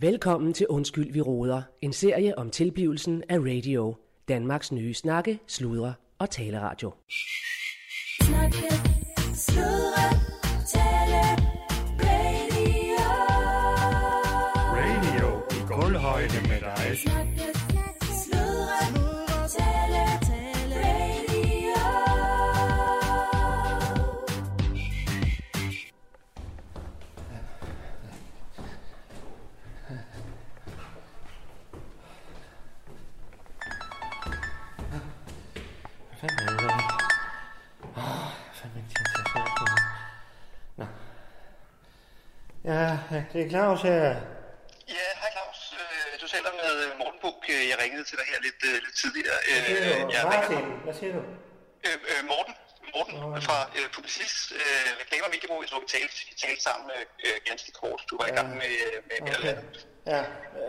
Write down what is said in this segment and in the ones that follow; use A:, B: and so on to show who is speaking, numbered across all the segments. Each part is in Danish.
A: Velkommen til Undskyld, vi råder. En serie om tilblivelsen af radio. Danmarks nye snakke, sludre og taleradio.
B: Snakke, sludre, tale, radio.
C: Radio i gulvhøjde med dig.
B: Snakke, sludre, tale, tale, radio.
D: Hvad fanden er det der? Åh, hvad fanden er det, jeg skal svare på? Nå. Ja, det er Claus her.
E: Ja, hej Claus. Øh, Du taler med øh, Morten Buk. Øh, Jeg ringede til dig her lidt, øh, lidt tidligere. Øh,
D: Det er jo
E: jeg ringer-
D: Martin. Hvad siger du?
E: Øh, øh, Morten, Morten
D: Nå, ja.
E: fra øh, Publicis øh, Reklamer og Mediebrug. Jeg tror, vi talte, vi talte sammen øh, øh, ganske kort. Du var i gang med, øh, med, med okay.
D: Okay. Ja,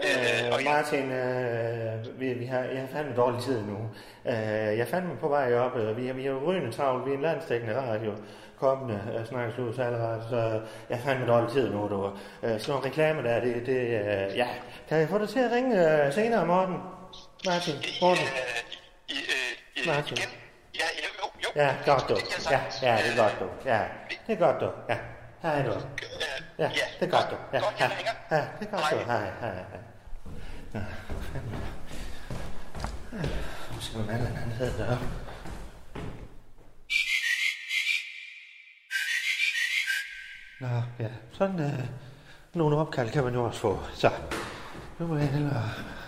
E: Øh, og
D: øh,
E: ja.
D: Martin, øh, vi, vi har, jeg har fandme dårlig tid nu. Øh, jeg er fandme på vej op, og vi har, vi har rygende travlt, vi er en landstækkende radio, kommende øh, snakkes ud salgret, så jeg har fandme dårlig tid nu, du. Øh, sådan nogle reklamer der, det, det øh, ja. Kan jeg få dig til at ringe øh, senere, Morten? Martin, Morten?
E: Øh, i, øh, i,
D: Martin.
E: igen. Ja, ja, jo, jo.
D: Ja, godt du.
E: Det kan jeg
D: Ja,
E: sagtens.
D: ja, det er godt du. Ja, det er godt du. Ja, hej du.
E: Øh,
D: Ja, det er godt du. Ja,
E: godt,
D: ja,
E: jeg ringer.
D: ja, det er godt du.
E: Hej.
D: Hej, hej, hej. Nå, fandme. Nu skal man alle han hedder deroppe. Nå, ja, sådan øh, nogle opkald kan man jo også få. Så, nu må jeg hellere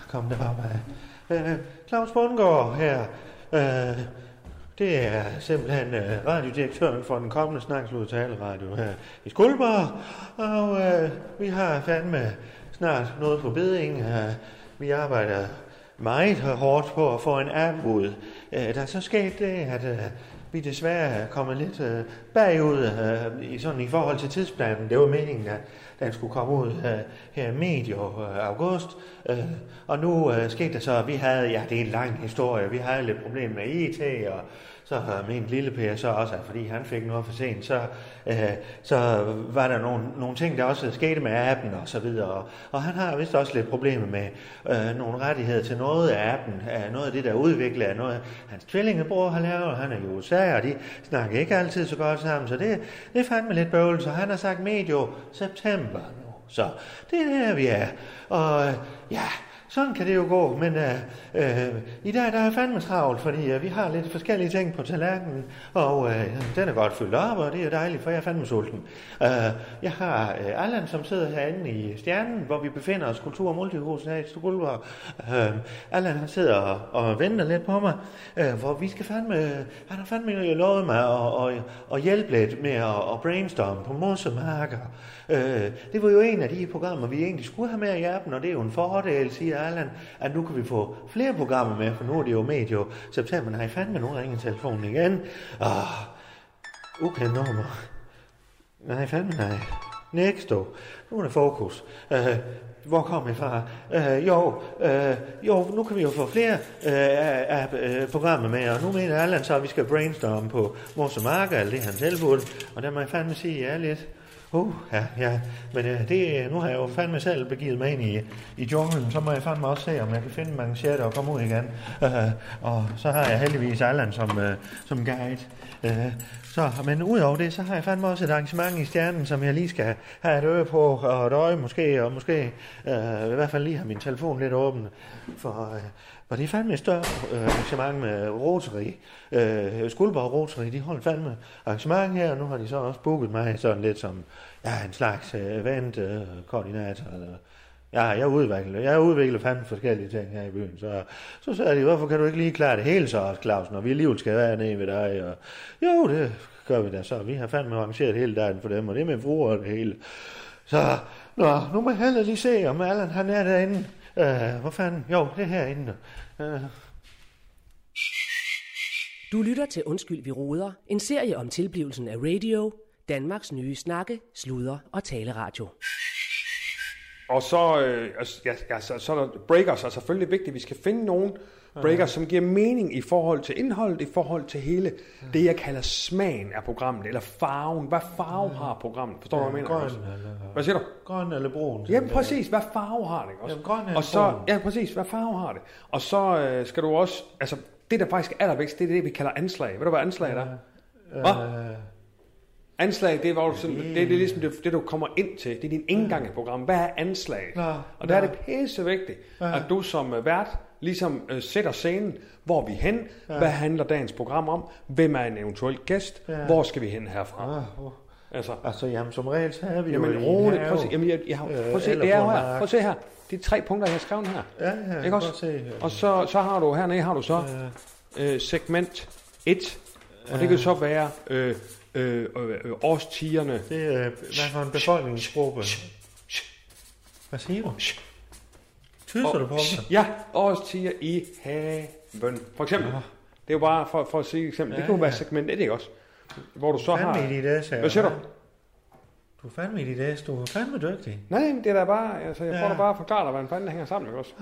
D: komme derop af. Øh, Claus Bundgaard her. Øh, det er simpelthen øh, radiodirektøren for den kommende Snakslud Taleradio her i Skuldborg. Og øh, vi har fandme snart noget på beding. Øh, vi arbejder meget hårdt på at få en app ud. Øh, der er så sket det, at øh, vi desværre er kommet lidt øh, bagud øh, i, sådan, i forhold til tidsplanen. Det var meningen, at den skulle komme ud øh, her medio øh, august. Øh, og nu øh, skete der så, at vi havde, ja det er en lang historie, vi havde lidt problem med IT, og så har min lille Per så også, at fordi han fik noget for sent, så, øh, så var der nogle, nogle ting, der også skete med appen og så videre. Og, og han har vist også lidt problemer med øh, nogle rettigheder til noget af appen, af noget af det, der er udviklet, af noget hans tvillingebror har lavet, og han er i USA, og de snakker ikke altid så godt sammen, så det, det er fandme lidt bøvl, så han har sagt medio september nu. Så det er der, vi er. Og øh, ja, sådan kan det jo gå, men øh, øh, i dag der er fandme travlt, fordi øh, vi har lidt forskellige ting på tallerkenen, og øh, den er godt fyldt op, og det er dejligt, for jeg er fandme sulten. Øh, jeg har øh, Allan, som sidder herinde i Stjernen, hvor vi befinder os, Kultur- og Multihuset her i Stokholm. Øh, Allan han sidder og, og venter lidt på mig, øh, hvor vi skal fandme, øh, han har fandme lovet mig at, at, at hjælpe lidt med at, at brainstorme på mossemarker. Øh, det var jo en af de programmer, vi egentlig skulle have med i appen, og det er jo en fordel, siger Allan, at nu kan vi få flere programmer med, for nu er det jo medio september. Nej, fandme, nu ringer telefonen igen. Ah, ukendt nummer. Nej, fandme nej. Nexto. Nu er der fokus. Øh, hvor kom jeg fra? Øh, jo, øh, jo, nu kan vi jo få flere øh, af, af øh, programmer med, og nu mener Allan så, at vi skal brainstorme på Mors og Marker, alt det han tilbudte, og der må jeg fandme sige, at jeg er lidt... Uh, ja, ja, men øh, det, nu har jeg jo fandme selv begivet mig ind i, i junglen, så må jeg fandme også se, om jeg kan finde mange og komme ud igen. Øh, og så har jeg heldigvis Allan som, øh, som guide. Øh, så, men udover det, så har jeg fandme også et arrangement i Stjernen, som jeg lige skal have et øje på, og et øje måske, og måske øh, i hvert fald lige have min telefon lidt åben. For, øh, for det er fandme et større øh, arrangement med Rotary. Øh, Skuldborg Rotary, de holder fandme arrangement her, og nu har de så også booket mig sådan lidt som ja, en slags øh, eventkoordinator, øh, koordinator, eller Ja, jeg udvikler, jeg udvikler fandme forskellige ting her i byen. Så, så sagde de, hvorfor kan du ikke lige klare det hele så også, Claus, når vi alligevel skal være nede ved dig? Og, jo, det gør vi da så. Vi har fandme arrangeret hele dagen for dem, og det er med fruer og det hele. Så, nå, nu må jeg hellere lige se, om Allan han er derinde. Øh, hvor fanden? Jo, det er herinde. Øh,
A: Du lytter til Undskyld, vi råder. En serie om tilblivelsen af radio. Danmarks nye snakke, sludre og taleradio.
F: Og så, øh, altså, ja, ja, så, så er der breakers, er selvfølgelig vigtigt. Vi skal finde nogle breakers, som giver mening i forhold til indholdet, i forhold til hele det, jeg kalder smagen af programmet, eller farven. Hvad farve har programmet? Forstår du, hvad jeg mener?
D: grøn
F: også?
D: eller-
F: Hvad siger du?
D: Grøn eller brun.
F: Jamen præcis, hvad farve har det? ikke Også?
D: Jamen, grøn øh, er
F: og så,
D: brun.
F: ja, præcis, hvad farve har det? Og så øh, skal du også, altså det der faktisk er allervækst, det er det, vi kalder anslag. Ved du, hvad anslag er? Hvad?
D: Øh,
F: Anslag, det er, hvor du sådan, det, det er ligesom det, det, du kommer ind til. Det er din indgang i programmet. Hvad er anslag?
D: Nå,
F: og der er
D: nå.
F: det pisse vigtigt, at du som øh, vært ligesom øh, sætter scenen. Hvor er vi hen? Hvad handler dagens program om? Hvem er en eventuel gæst?
D: Ja.
F: Hvor skal vi hen herfra?
D: ah, uh.
F: Altså,
D: Altså, jamen, som regel, så er vi
F: Jamen
D: jo i
F: roligt,
D: en
F: prøv at se,
D: have. Øh,
F: jamen, jeg, jeg, har- prøv at se,
D: eller
F: det er jo
D: på en
F: her,
D: mark.
F: prøv at se her. Det er tre punkter, jeg har skrevet her.
D: Ja, ja,
F: Ikke også?
D: prøv at se. øh.
F: Og så, så har du hernede, har du så øh, segment 1, og det kan så være øh, øh, øh, øh, årstiderne.
D: Det er, hvad for en befolkningsgruppe? Hvad siger du? Tyser du på mig?
F: Ja, årstider i haven. For eksempel. Det er jo bare for, for at sige et eksempel. Det
D: Ja,
F: kunne være
D: ja.
F: segment 1, ikke også? Hvor du så
D: Fandme i
F: har...
D: dit æs,
F: Hvad siger du?
D: Du er fandme i dit æs, du er fandme dygtig.
F: Nej, men det er da bare, altså, jeg prøver
D: Ja.
F: da bare at forklare dig, hvordan fanden det hænger sammen, ikke også?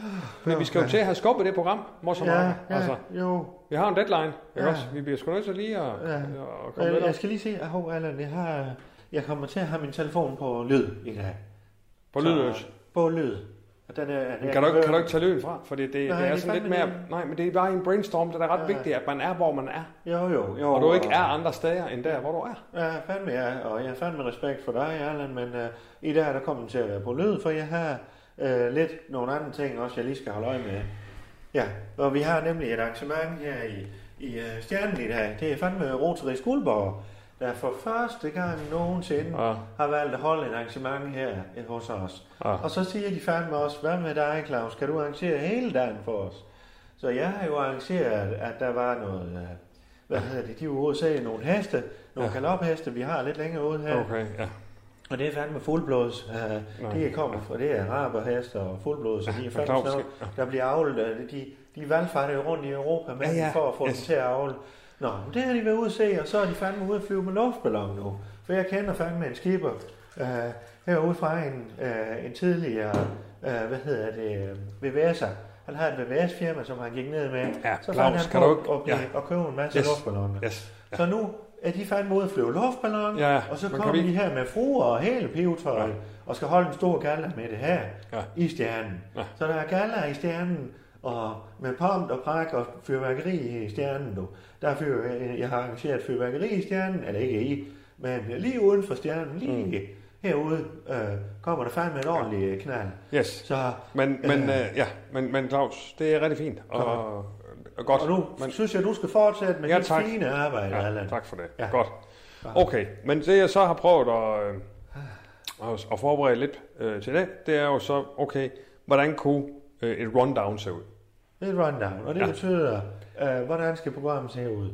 F: Fordi vi skal jo til at have skubbet det program, mor så meget.
D: Ja,
F: Altså,
D: ja, jo.
F: Vi har en deadline,
D: Ja.
F: ikke også? Vi bliver sgu nødt til lige at,
D: Ja.
F: at komme
D: Jeg,
F: lidt op
D: Øh, jeg skal lige se, at hov, Allan, jeg, har, jeg kommer til at have min telefon på lyd i dag.
F: på
D: Så-
F: lydløs.
D: På lyd. Og den er, den
F: Men kan du, ikke- kan du ikke tage lyden fra? Fordi det,
D: Nej,
F: det er
D: det er
F: sådan lidt
D: fandme
F: mere...
D: det.
F: Nej, men det er bare en brainstorm, det er ret vigtigt, at man er, hvor man er.
D: Jo, jo, jo.
F: Og du ikke er andre steder, end der, hvor du er.
D: Ja, fandme jeg, og jeg har fandme respekt for dig, Allan, men uh, i dag er der kommet til at være på lyd, for jeg har uh, lidt nogle andre ting også, jeg lige skal holde øje med. Ja, og vi har nemlig et arrangement her i, i uh, Stjernen i dag. Det er fandme Rotary Skuldborg, der for første gang nogensinde
F: Ja.
D: ja. har valgt at holde et arrangement her hos os.
F: Ja.
D: Ja. Og så siger de fandme også, hvad med dig, Claus? Skal du arrangere hele dagen for os? Så jeg har jo arrangeret, at der var noget... øh, Hvad hedder det? De var ude og se nogle heste, nogle ja. galopheste, vi har lidt længere ude her.
F: Okay, ja.
D: Og det er fandme fuldblods.
F: Nå.
D: Uh, de er kommet fra, det er araberheste og fuldblods, og de er fandme
F: Claus,
D: sådan noget, der bliver avlet. øh, De, de valgfarter jo rundt i Europa med
F: Ja,
D: ja,
F: ja.
D: ja. for at få
F: Yes.
D: yes. dem til at avle. Nå, men det har de været ude at se, og så er de fandme ude at flyve med luftballon nu. For jeg kender fandme en skipper uh, herude fra en, uh, en tidligere, uh, hvad hedder det, uh, VVS'er. Han har et VVS-firma, som han gik ned med.
F: Ja,
D: så
F: Claus,
D: fandt han
F: kan
D: på
F: du ikke-
D: at, blive,
F: ja.
D: at købe en masse
F: Yes.
D: yes. luftballoner.
F: Yes.
D: Ja. Så nu er de fandme ude at flyve luftballon,
F: Ja,
D: og så
F: men
D: kommer
F: kan vi-
D: de her med fruer og hele pivetøjet,
F: Ja.
D: ja. og skal holde en stor gala med det her
F: Ja.
D: ja. i stjernen.
F: Ja.
D: Ja. Så der er gala i stjernen, og med pomp og prak og fyrværkeri i stjernen nu. Der er fyr, øh, jeg har arrangeret fyrværkeri i stjernen, eller ikke i, men lige uden for stjernen, lige mm. herude, øh, kommer der fandme en ordentlig knald.
F: Yes.
D: Så,
F: Men, men, øh, ja, men, men Claus, det er rigtig fint. Og, og, godt.
D: og nu
F: men,
D: synes jeg, du skal fortsætte med
F: Ja,
D: ja, dit
F: tak.
D: fine arbejde,
F: ja,
D: Allan.
F: tak for det. Ja.
D: Ja.
F: Godt. Okay, men det jeg så har prøvet at, øh, at- at forberede lidt øh, til det, det er jo så, okay, hvordan kunne øh, et rundown se ud?
D: Det er et rundown, og det
F: Ja.
D: ja. betyder, øh, hvordan skal programmet se ud?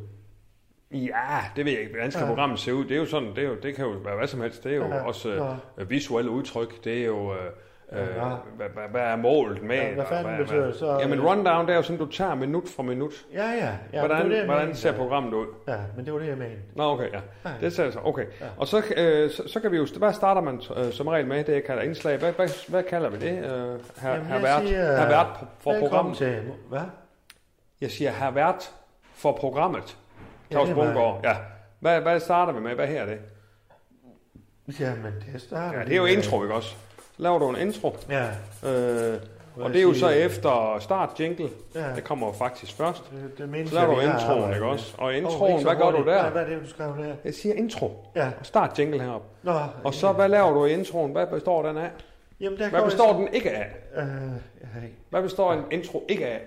F: Ja, det ved jeg ikke. Hvordan skal ja.
D: Ja.
F: programmet se ud? Det er jo sådan, det, er jo, det kan jo være hvad som helst. Det er jo ja.
D: Ja,
F: også
D: ja.
F: øh, visuelle udtryk. Det er jo... Øh, Øh,
D: Ja.
F: hvad, hvad, hvad er målet med?
D: Ja, hvad
F: det, og
D: fanden betyder det så?
F: Jamen, rundown, det er jo sådan, du tager minut for minut.
D: Ja, ja. ja
F: Ja, hvordan
D: det var
F: det,
D: det, jeg
F: hvordan
D: mente.
F: ser programmet ud?
D: Ja, men det var det, jeg mente.
F: Nå, okay, ja.
D: Ja.
F: Det ser jeg så. Okay. Ja. Og så, øh, så, så kan vi jo... Hvad starter man øh, som regel med? Det jeg kalder indslag. Hvad, hvad, hvad kalder vi det? Øh, her, her
D: jeg
F: vært,
D: siger, øh,
F: her vært på- for
D: Velkommen
F: programmet.
D: til... Hvad?
F: Jeg siger, her vært for programmet.
D: Ja,
F: Claus
D: det
F: ja,
D: er mig.
F: Bungård. Ja. Hvad, hvad starter vi med? Hvad her er det?
D: Jamen, det starter...
F: Ja, det er jo
D: med-
F: intro, ikke også? Så laver du en intro,
D: Ja,
F: øh, og det er jo så efter start jingle.
D: Ja.
F: Det kommer jo faktisk først.
D: det, det mindste,
F: Så laver du
D: vi har
F: introen,
D: arbejdet
F: ikke
D: med.
F: også? Og
D: Åh,
F: introen,
D: ikke så
F: hvad gør du
D: hurtigt. Nej,
F: der?
D: Hvad er det, du skrev der?
F: Jeg siger intro.
D: Ja.
F: Og start jingle heroppe.
D: Nå,
F: Og så, hvad laver du i introen? Hvad består den af?
D: Jamen, der
F: Hvad
D: går
F: består
D: jeg-
F: den ikke af?
D: Øh, ja,
F: Hvad består en intro ikke af?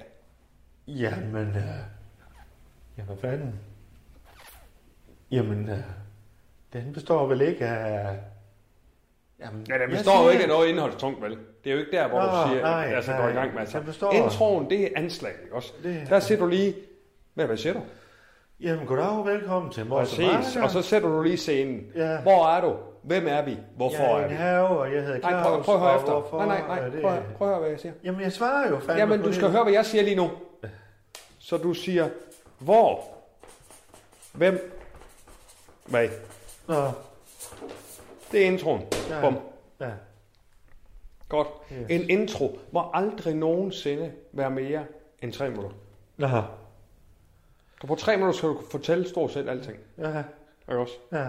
D: Jamen, øh, jamen fanden. Jamen, øh, den består vel ikke af... Jamen,
F: Ja, den
D: jeg
F: består jo
D: siger-
F: ikke af noget indholdstungt, vel? Det er jo ikke der, hvor du
D: Nå,
F: siger,
D: nej,
F: altså
D: nej.
F: går i gang med. Altså,
D: Den består-
F: introen, det er anslag, ikke også?
D: Det-
F: Der siger du lige, hvad, hvad siger du?
D: Jamen, goddag og velkommen til Morse
F: Præcis, og så sætter du lige scenen.
D: Ja.
F: Hvor er du? Hvem er vi? Hvorfor
D: jeg
F: er
D: er
F: vi?
D: en have, og jeg hedder Claus.
F: Nej, prøv, prøv at høre
D: og
F: efter.
D: hvorfor
F: Nej, nej,
D: er
F: nej.
D: det-
F: Prøv, at- prøv at høre, hvad jeg siger.
D: Jamen, jeg svarer jo fandme
F: Jamen,
D: på
F: du
D: det.
F: skal høre, hvad jeg siger lige nu. Så du siger, hvor, hvem, hvad?
D: Nå,
F: Det er introen.
D: Ja.
F: Bum.
D: ja.
F: Godt. Yes. En intro må aldrig nogensinde være mere end tre minutter.
D: Nå,
F: Så på tre minutter skal du kunne fortælle stort set alting.
D: ja,
F: Ikke også?
D: ja,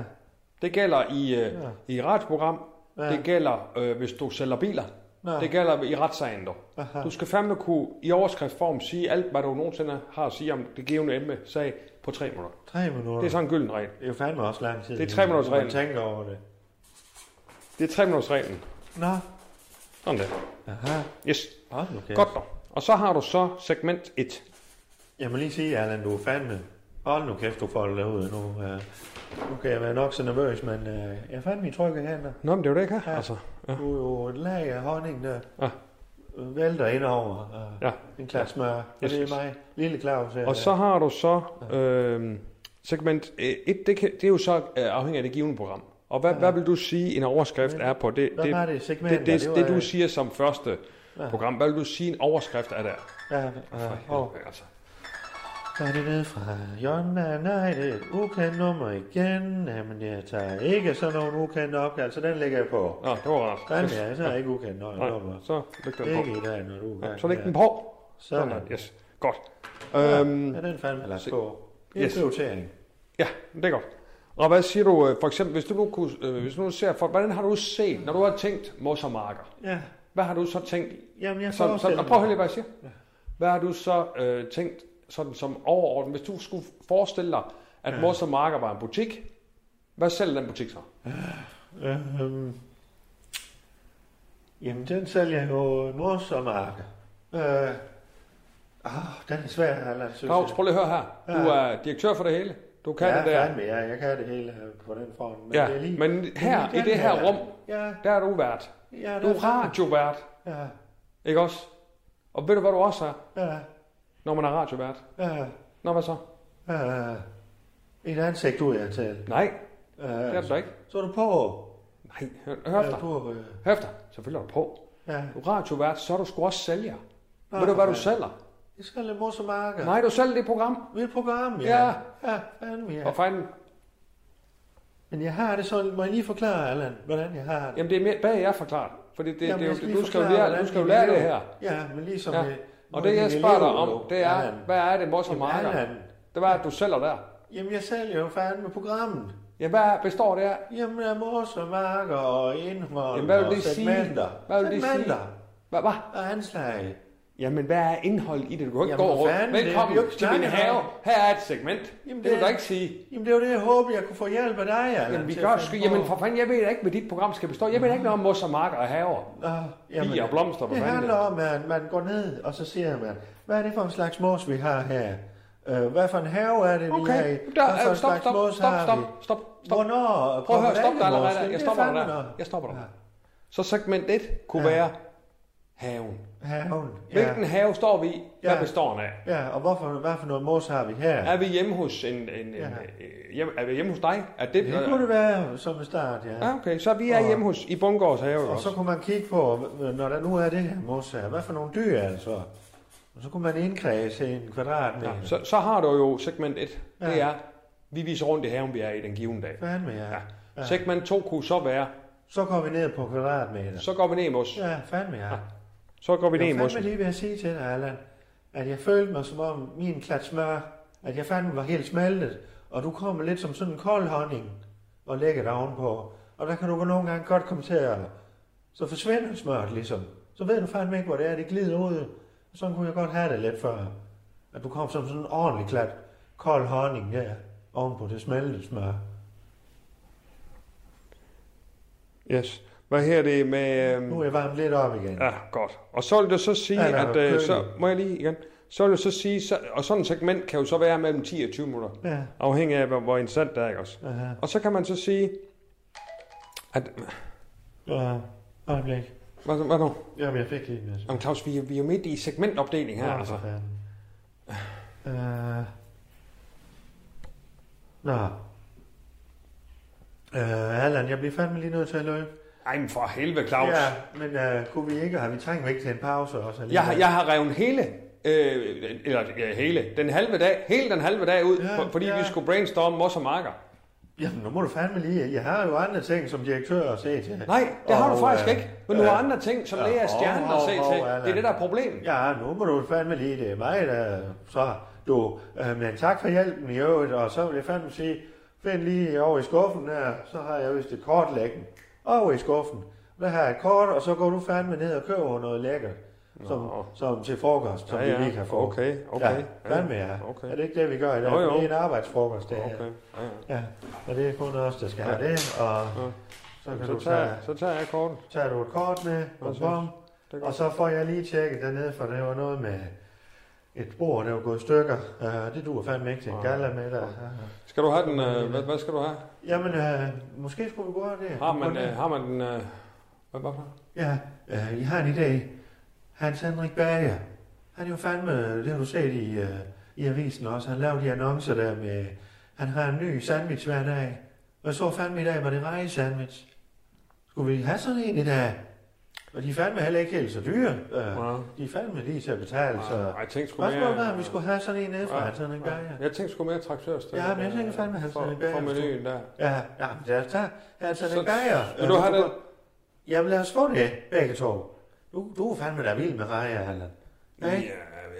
F: Det gælder i, øh,
D: Ja.
F: i et radioprogram.
D: Ja.
F: Det gælder, øh, hvis du sælger biler.
D: Nå.
F: Det gælder i retssagen dog.
D: Aha.
F: Du skal fandme kunne i overskriftsform sige alt, hvad du nogensinde har at sige om det givende emne, sag på tre minutter.
D: tre minutter.
F: Det er sådan en gylden regel.
D: det er jo fandme også lang tid.
F: Det er tre minutters
D: Man
F: reglen.
D: tænker over det.
F: Det er tre minutters reglen.
D: Nå,
F: Sådan der.
D: aha.
F: Yes.
D: Hold nu kæft.
F: Godt dog. Og så har du så segment 1.
D: Jeg må lige sige, Allan, du er fandme... Hold nu kæft, du folder ud nu. Uh, nu kan jeg være nok så nervøs, men uh, jeg fandt min trygge hænder.
F: Nå, men det er jo det ikke her.
D: Ja.
F: Altså,
D: Ja. Du er jo et lag af honning, der
F: Ja.
D: ja. vælter ind over uh,
F: ja.
D: en klat smør. Og
F: Yes,
D: det er
F: yes.
D: mig, lille Claus. her.
F: Og så har du så øh, segment 1. Det, kan, det er jo så øh, afhængig af det givende program. Og hvad, ja. hvad vil du sige, en overskrift er på? Det,
D: Hvad
F: det,
D: var det? Segmenter?
F: det, det, det,
D: var,
F: det, du siger som første
D: Ja.
F: program, hvad vil du sige, en overskrift er der?
D: Ja, ja, og
F: helvede, altså.
D: der er det nede fra Jonna. Nej, det er et ukendt nummer igen. Jamen, jeg tager ikke sådan nogle ukendte opkald, så den lægger jeg på.
F: Nå, det var rart.
D: Den der, så er jeg ikke ukendt
F: Nej,
D: nummer.
F: så læg den på.
D: Ikke i dag, når du er
F: Ja, så læg den på. Sådan,
D: Sådan.
F: yes. Godt. Øhm,
D: Ja, den fandme lagt
F: Se.
D: på. Det er
F: Yes.
D: yes. prioritering.
F: ja, det er godt. Og hvad siger du, øh, for eksempel, hvis du nu, kunne, øh, hvis du nu ser, for, hvordan har du set, når du har tænkt mos og marker,
D: Ja,
F: hvad har du så tænkt?
D: jamen jeg
F: Så, så,
D: forestiller
F: og prøv at høre
D: mig-
F: lige, hvad jeg siger. Hvad har du så øh, tænkt sådan som overordnet? Hvis du skulle forestille dig, at mos og marker var en butik, hvad sælger den butik så?
D: Øhm, jamen, den sælger jo mors og marke. Øh, ah, den er svær, Allan, synes
F: Claus, prøv lige at høre her. Du
D: Ja.
F: er direktør for det hele. Du kan
D: jeg.
F: det
D: Ja,
F: der.
D: fandme, ja, jeg kan det hele øh, på den form. Men
F: Ja,
D: det er lige,
F: men her,
D: lige
F: i det
D: den
F: her rum,
D: Ja,
F: der er du vært.
D: ja,
F: Du
D: der-
F: er radiovært,
D: Ja,
F: ikke også? Og ved du, hvad du også er,
D: ja,
F: når man er radiovært?
D: ja,
F: Nå, hvad så?
D: ja. En ansigt ud af til.
F: Nej,
D: Øh,
F: det er du da ikke.
D: så er du på.
F: Nej, hør, hør
D: Ja,
F: efter.
D: på, øh,
F: Hør efter. Selvfølgelig er du på.
D: ja.
F: Du er radiovært, så er du sgu også sælger.
D: Ja,
F: Ved du, hvad du
D: ja.
F: sælger?
D: Jeg skal lade mors og marke.
F: Nej, du sælger det program.
D: Mit program, ja.
F: Ja.
D: Ja, fandme, ja.
F: Og fanden,
D: Men jeg har det sådan, må jeg lige forklare, Allan, hvordan jeg har det?
F: jamen det er mere bag jeg forklaret. Fordi det, det,
D: Jamen,
F: det,
D: jeg
F: er jo-
D: lige
F: du skal jo
D: forklare,
F: lære, du
D: hvordan
F: skal jo
D: de
F: lære det
D: lever.
F: her.
D: Ja, men ligesom...
F: Ja.
D: øh,
F: Og
D: når
F: det
D: de
F: jeg spørger dig
D: elever
F: om,
D: jo-
F: det er,
D: Allan,
F: hvad er det, mos og
D: Jamen,
F: marker?
D: Allan.
F: Det var, at du sælger der.
D: Jamen, jeg sælger jo færdig med programmet.
F: Ja, hvad er- består det af?
D: Jamen, der er mors og marker og indhold
F: Jamen, hvad vil
D: og
F: det sige?
D: segmenter.
F: Hvad vil det sige?
D: segmenter
F: Hvad, hvad?
D: og anslag.
F: Jamen, hvad er indholdet i det? Du kan jo ikke
D: Jamen,
F: gå
D: for
F: rundt.
D: fanden, det er
F: Velkommen
D: vi jo ikke
F: til min
D: snakket
F: have.
D: om.
F: Her er et segment. Jamen,
D: Jamen,
F: det,
D: det
F: vil du
D: er-
F: ikke sige.
D: Jamen, det var det, jeg håber, jeg kunne få hjælp af dig, Allan.
F: Jamen, vi
D: til
F: gør
D: at
F: sgu.
D: finde
F: Jamen,
D: på.
F: for fanden, jeg ved da ikke, hvad dit program skal bestå. Jeg ved da ikke noget om mos og marker og haver.
D: Nå,
F: Bier og blomster, hvad
D: det
F: fanden
D: handler om, at man går ned, og så siger man, hvad er det for en slags mors, vi har her? Øh, hvad for en have er det, vi har i?
F: Okay,
D: Hvad
F: der,
D: for
F: øh,
D: en
F: stop,
D: slags
F: stop,
D: mos
F: stop,
D: har
F: stop,
D: vi?
F: stop, stop.
D: Hvornår
F: Prøv at
D: kommer
F: høre,
D: der
F: stop
D: ikke
F: dig
D: mors?
F: allerede der.
D: Det
F: Jeg
D: er
F: stopper dig
D: fandme
F: der.
D: noget.
F: Jeg stopper dig der.
D: Ja.
F: Så segment 1 kunne
D: Ja.
F: være haven.
D: Haven.
F: Hvilken
D: Ja.
F: have står vi i? Hvad
D: Ja.
F: består den af?
D: ja, og hvorfor, hvad for noget mos har vi her?
F: Er vi hjemme hos en, en, en
D: Ja.
F: øh, hjem, er vi hjemme hos dig? Er det,
D: det kunne det være som en start, ja.
F: Ja, okay, så vi er
D: Og-
F: hjemme hos i Bungårds have.
D: Og
F: også.
D: så kunne man kigge på, når der nu er det her mos her, hvad for nogle dyr er det så? Og så kunne man indkredse en kvadratmeter.
F: Ja, så, så har du jo segment 1. Ja. Det
D: Ja.
F: er, vi viser rundt i haven, vi er i den givende dag.
D: Hvad med jer?
F: Ja. Segment 2 kunne så være,
D: Så går vi ned på kvadratmeter.
F: så går vi ned i mos. Ja.
D: Ja, fandme jeg.
F: Så går vi ned i
D: Jeg var
F: mos.
D: fandme lige ved at sige til dig, Allan, at jeg følte mig som om min klat smør, at jeg fandme var helt smeltet, og du kommer lidt som sådan en kold honning og lægger dig ovenpå. Og der kan du nogle gange godt komme til at... Så forsvinder smøret ligesom. Så ved du fandme ikke, hvor det er, det glider ud. Sådan kunne jeg godt have det lidt før. At du kom som sådan en ordentlig klat kold honning der, ovenpå det smeltede smør.
F: Yes. Hvad her det med...
D: Nu
F: Øhm,
D: er jeg varmt lidt op igen.
F: ja, godt. Og så vil det så sige,
D: Ja, der er
F: at... Øh,
D: kølig.
F: så må jeg lige igen. Så vil det så sige, så, og sådan et segment kan jo så være mellem 10 og 20 minutter.
D: Ja.
F: Afhængig af, hvor, hvor interessant det er, ikke også?
D: Aha.
F: Og så kan man så sige, at...
D: Ja. Øjeblik.
F: Hvad, hvad nu?
D: Jamen, jeg fik lige en masse.
F: Jamen Claus, vi, er- vi er jo midt i segmentopdeling her, altså.
D: Uh... Nå. Øh, Allan, jeg bliver fandme lige nødt til at løbe.
F: Ej, men for helvede, Claus.
D: Ja,
F: Ja.
D: men øh, kunne vi ikke, og vi trænger ikke til en pause også?
F: Jeg, har- jeg har revet hele, øh, eller ja, hele, den halve dag, hele den halve dag ud,
D: Ja,
F: ja, fordi ja.
D: ja.
F: vi skulle brainstorme mos og marker.
D: Jamen, nu må du fandme lige. Jeg har jo andre ting som direktør at se til.
F: Nej, det har
D: Og,
F: du faktisk
D: øh,
F: ikke. Men du har andre ting, som
D: ja,
F: læger
D: hov,
F: stjernen at
D: hov,
F: se
D: hov,
F: til.
D: Allan.
F: Det er det, der er problemet.
D: Ja, nu må du fandme lige. Det er mig, der så du. Øh, men tak for hjælpen i øvrigt, og så vil jeg fandme sige, find lige over i skuffen her, så har jeg vist et kort lækken. Over i skuffen. Der har jeg et kort, og så går du fandme ned og køber noget lækkert. Som,
F: Nå.
D: som til frokost, som
F: Ja,
D: ja, ja.
F: ja.
D: vi lige kan få.
F: Okay, okay.
D: Ja, fandme ja.
F: Okay.
D: Okay. Er det ikke det, vi gør i dag?
F: Jo, jo.
D: Det er en arbejdsfrokost, det her.
F: Okay. Ja, ja.
D: Ja, og det er kun os, der skal have det, og så kan
F: Så
D: du tage,
F: tager, så tager jeg kortet.
D: tager du et kort med, og,
F: Præcis.
D: bom,
F: er godt.
D: og så får jeg lige tjekket dernede, for det var noget med et bord, der var gået i stykker. Uh, det duer fandme ikke til en
F: Nej.
D: galla med dig.
F: Skal du have den? Øh, hvad, hvad skal du have?
D: Jamen, uh, måske skulle vi gå af det.
F: Har man, øh, har man den... Øh, hvad var det?
D: Ja, øh, jeg har en idé. Hans Henrik Bager, han er jo fandme, det har du set i, øh, i avisen også, han lavede de annoncer der med, han har en ny sandwich hver dag. Og jeg så fandme i dag, var det reje sandwich. Skulle vi have sådan en i dag? Og de er fandme heller ikke helt så dyre. Øh,
F: Ja.
D: de er fandme lige til at betale, så...
F: Ej, jeg tænkte Ah, sgu
D: Altså, Spørgsmålet var, om
F: mere... Ah.
D: vi skulle have sådan en nede fra Hans Henrik Bager.
F: Jeg tænkte sgu mere traktørstil.
D: Ja, men jeg tænker fandme, han
F: for,
D: skal tilbage.
F: for menuen der.
D: Ja, ja, men der tager Hans
F: Så-
D: Henrik Bager.
F: Vil du have den?
D: Jamen lad os få det, begge to. Du, du er fandme da vild med rejer, Allan.
F: Ja,
D: Nej?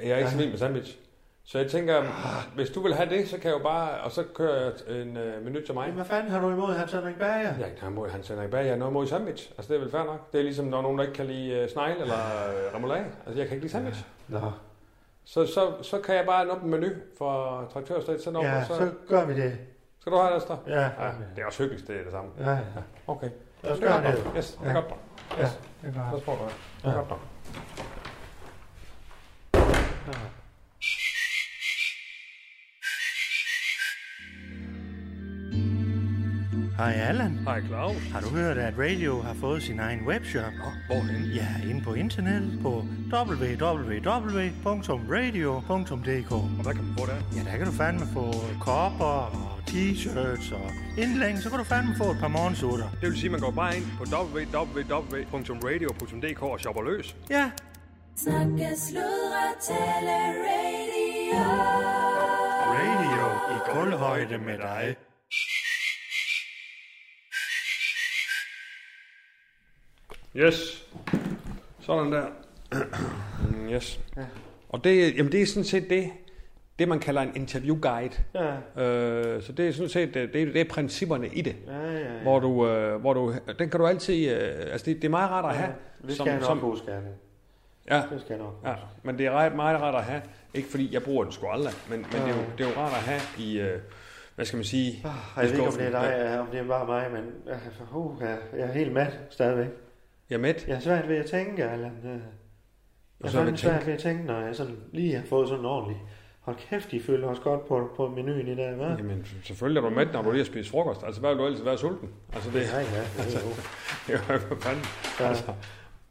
F: jeg er ikke så vild med sandwich. Så jeg tænker,
D: Ah.
F: hvis du vil have det, så kan jeg jo bare... Og så kører jeg en øh, menu til mig.
D: Jamen, hvad fanden har du imod Hans Henrik Bager?
F: Jeg er ikke noget imod Hans Henrik Berg, jeg er noget imod sandwich. Altså, det er vel fair nok. Det er ligesom, når nogen, der ikke kan lide uh, snegle eller uh, remoulade. Altså, jeg kan ikke lide sandwich.
D: Nå,
F: Så, så, så kan jeg bare nå en menu for traktørstat. Så, når,
D: ja,
F: ja,
D: så
F: så
D: gør vi det.
F: skal du have det, der?
D: Ja,
F: Ja, det er også hyggeligt, det er det samme.
D: ja, ja.
F: Okay.
D: Lad os
F: Det er
D: gøre
F: godt
D: det.
F: nok. Yes, det er godt nok.
D: Ja, det er
F: Så
D: godt.
F: får du det. Det er
D: Ja.
F: godt nok.
D: Hej Allan,
F: Hej, Claus.
D: har du hørt, at Radio har fået sin egen webshop?
F: Hvorhen?
D: Ja, inde på internettet på www.radio.dk
F: Og hvad kan man få der?
D: Ja, der kan du fandme få kopper og t-shirts og inden længe, så kan du fandme få et par morgensutter.
F: Det vil sige, at man går bare ind på www.radio.dk og shopper løs.
D: Ja,
B: Snakke, sludre, tale, radio.
D: Radio i guldhøjde med dig.
F: Yes. Sådan der. Mm, yes. Ja. Og det, jamen det er sådan set det, det man kalder en interviewguide.
D: Ja,
F: Øh, så det er sådan set, det, det er- det er principperne i det.
D: ja, ja.
F: Hvor du, øh, hvor du, den kan du altid, øh, altså det, det er meget rart at have.
D: Det skal jeg nok huske, Anne.
F: ja,
D: Det skal jeg nok huske.
F: ja, men det er ret, meget rart at have. Ikke fordi jeg bruger den sgu aldrig, men, men det, er jo,
D: Nej.
F: det er jo rart at have i, øh, hvad skal man sige?
D: Ah, Jeg ved ikke, om det er dig, eller om det er bare mig, men øh, uh, jeg jeg er helt mat stadigvæk.
F: Jeg er med.
D: Jeg er svært ved at tænke, Allan. Øh, Jeg
F: Og
D: er
F: så er
D: fandme
F: det tænke.
D: svært ved at tænke, når jeg sådan lige har fået sådan en ordentlig... Hold kæft, de følger os godt på, på menuen i dag, hva'? Ja,
F: Jamen, selvfølgelig er du med, når du lige har spist frokost. Altså, hvad vil du ellers være sulten? Altså, det,
D: ja, ja. Jo,
F: Ja, hvad fanden?
D: Ja.
F: Altså,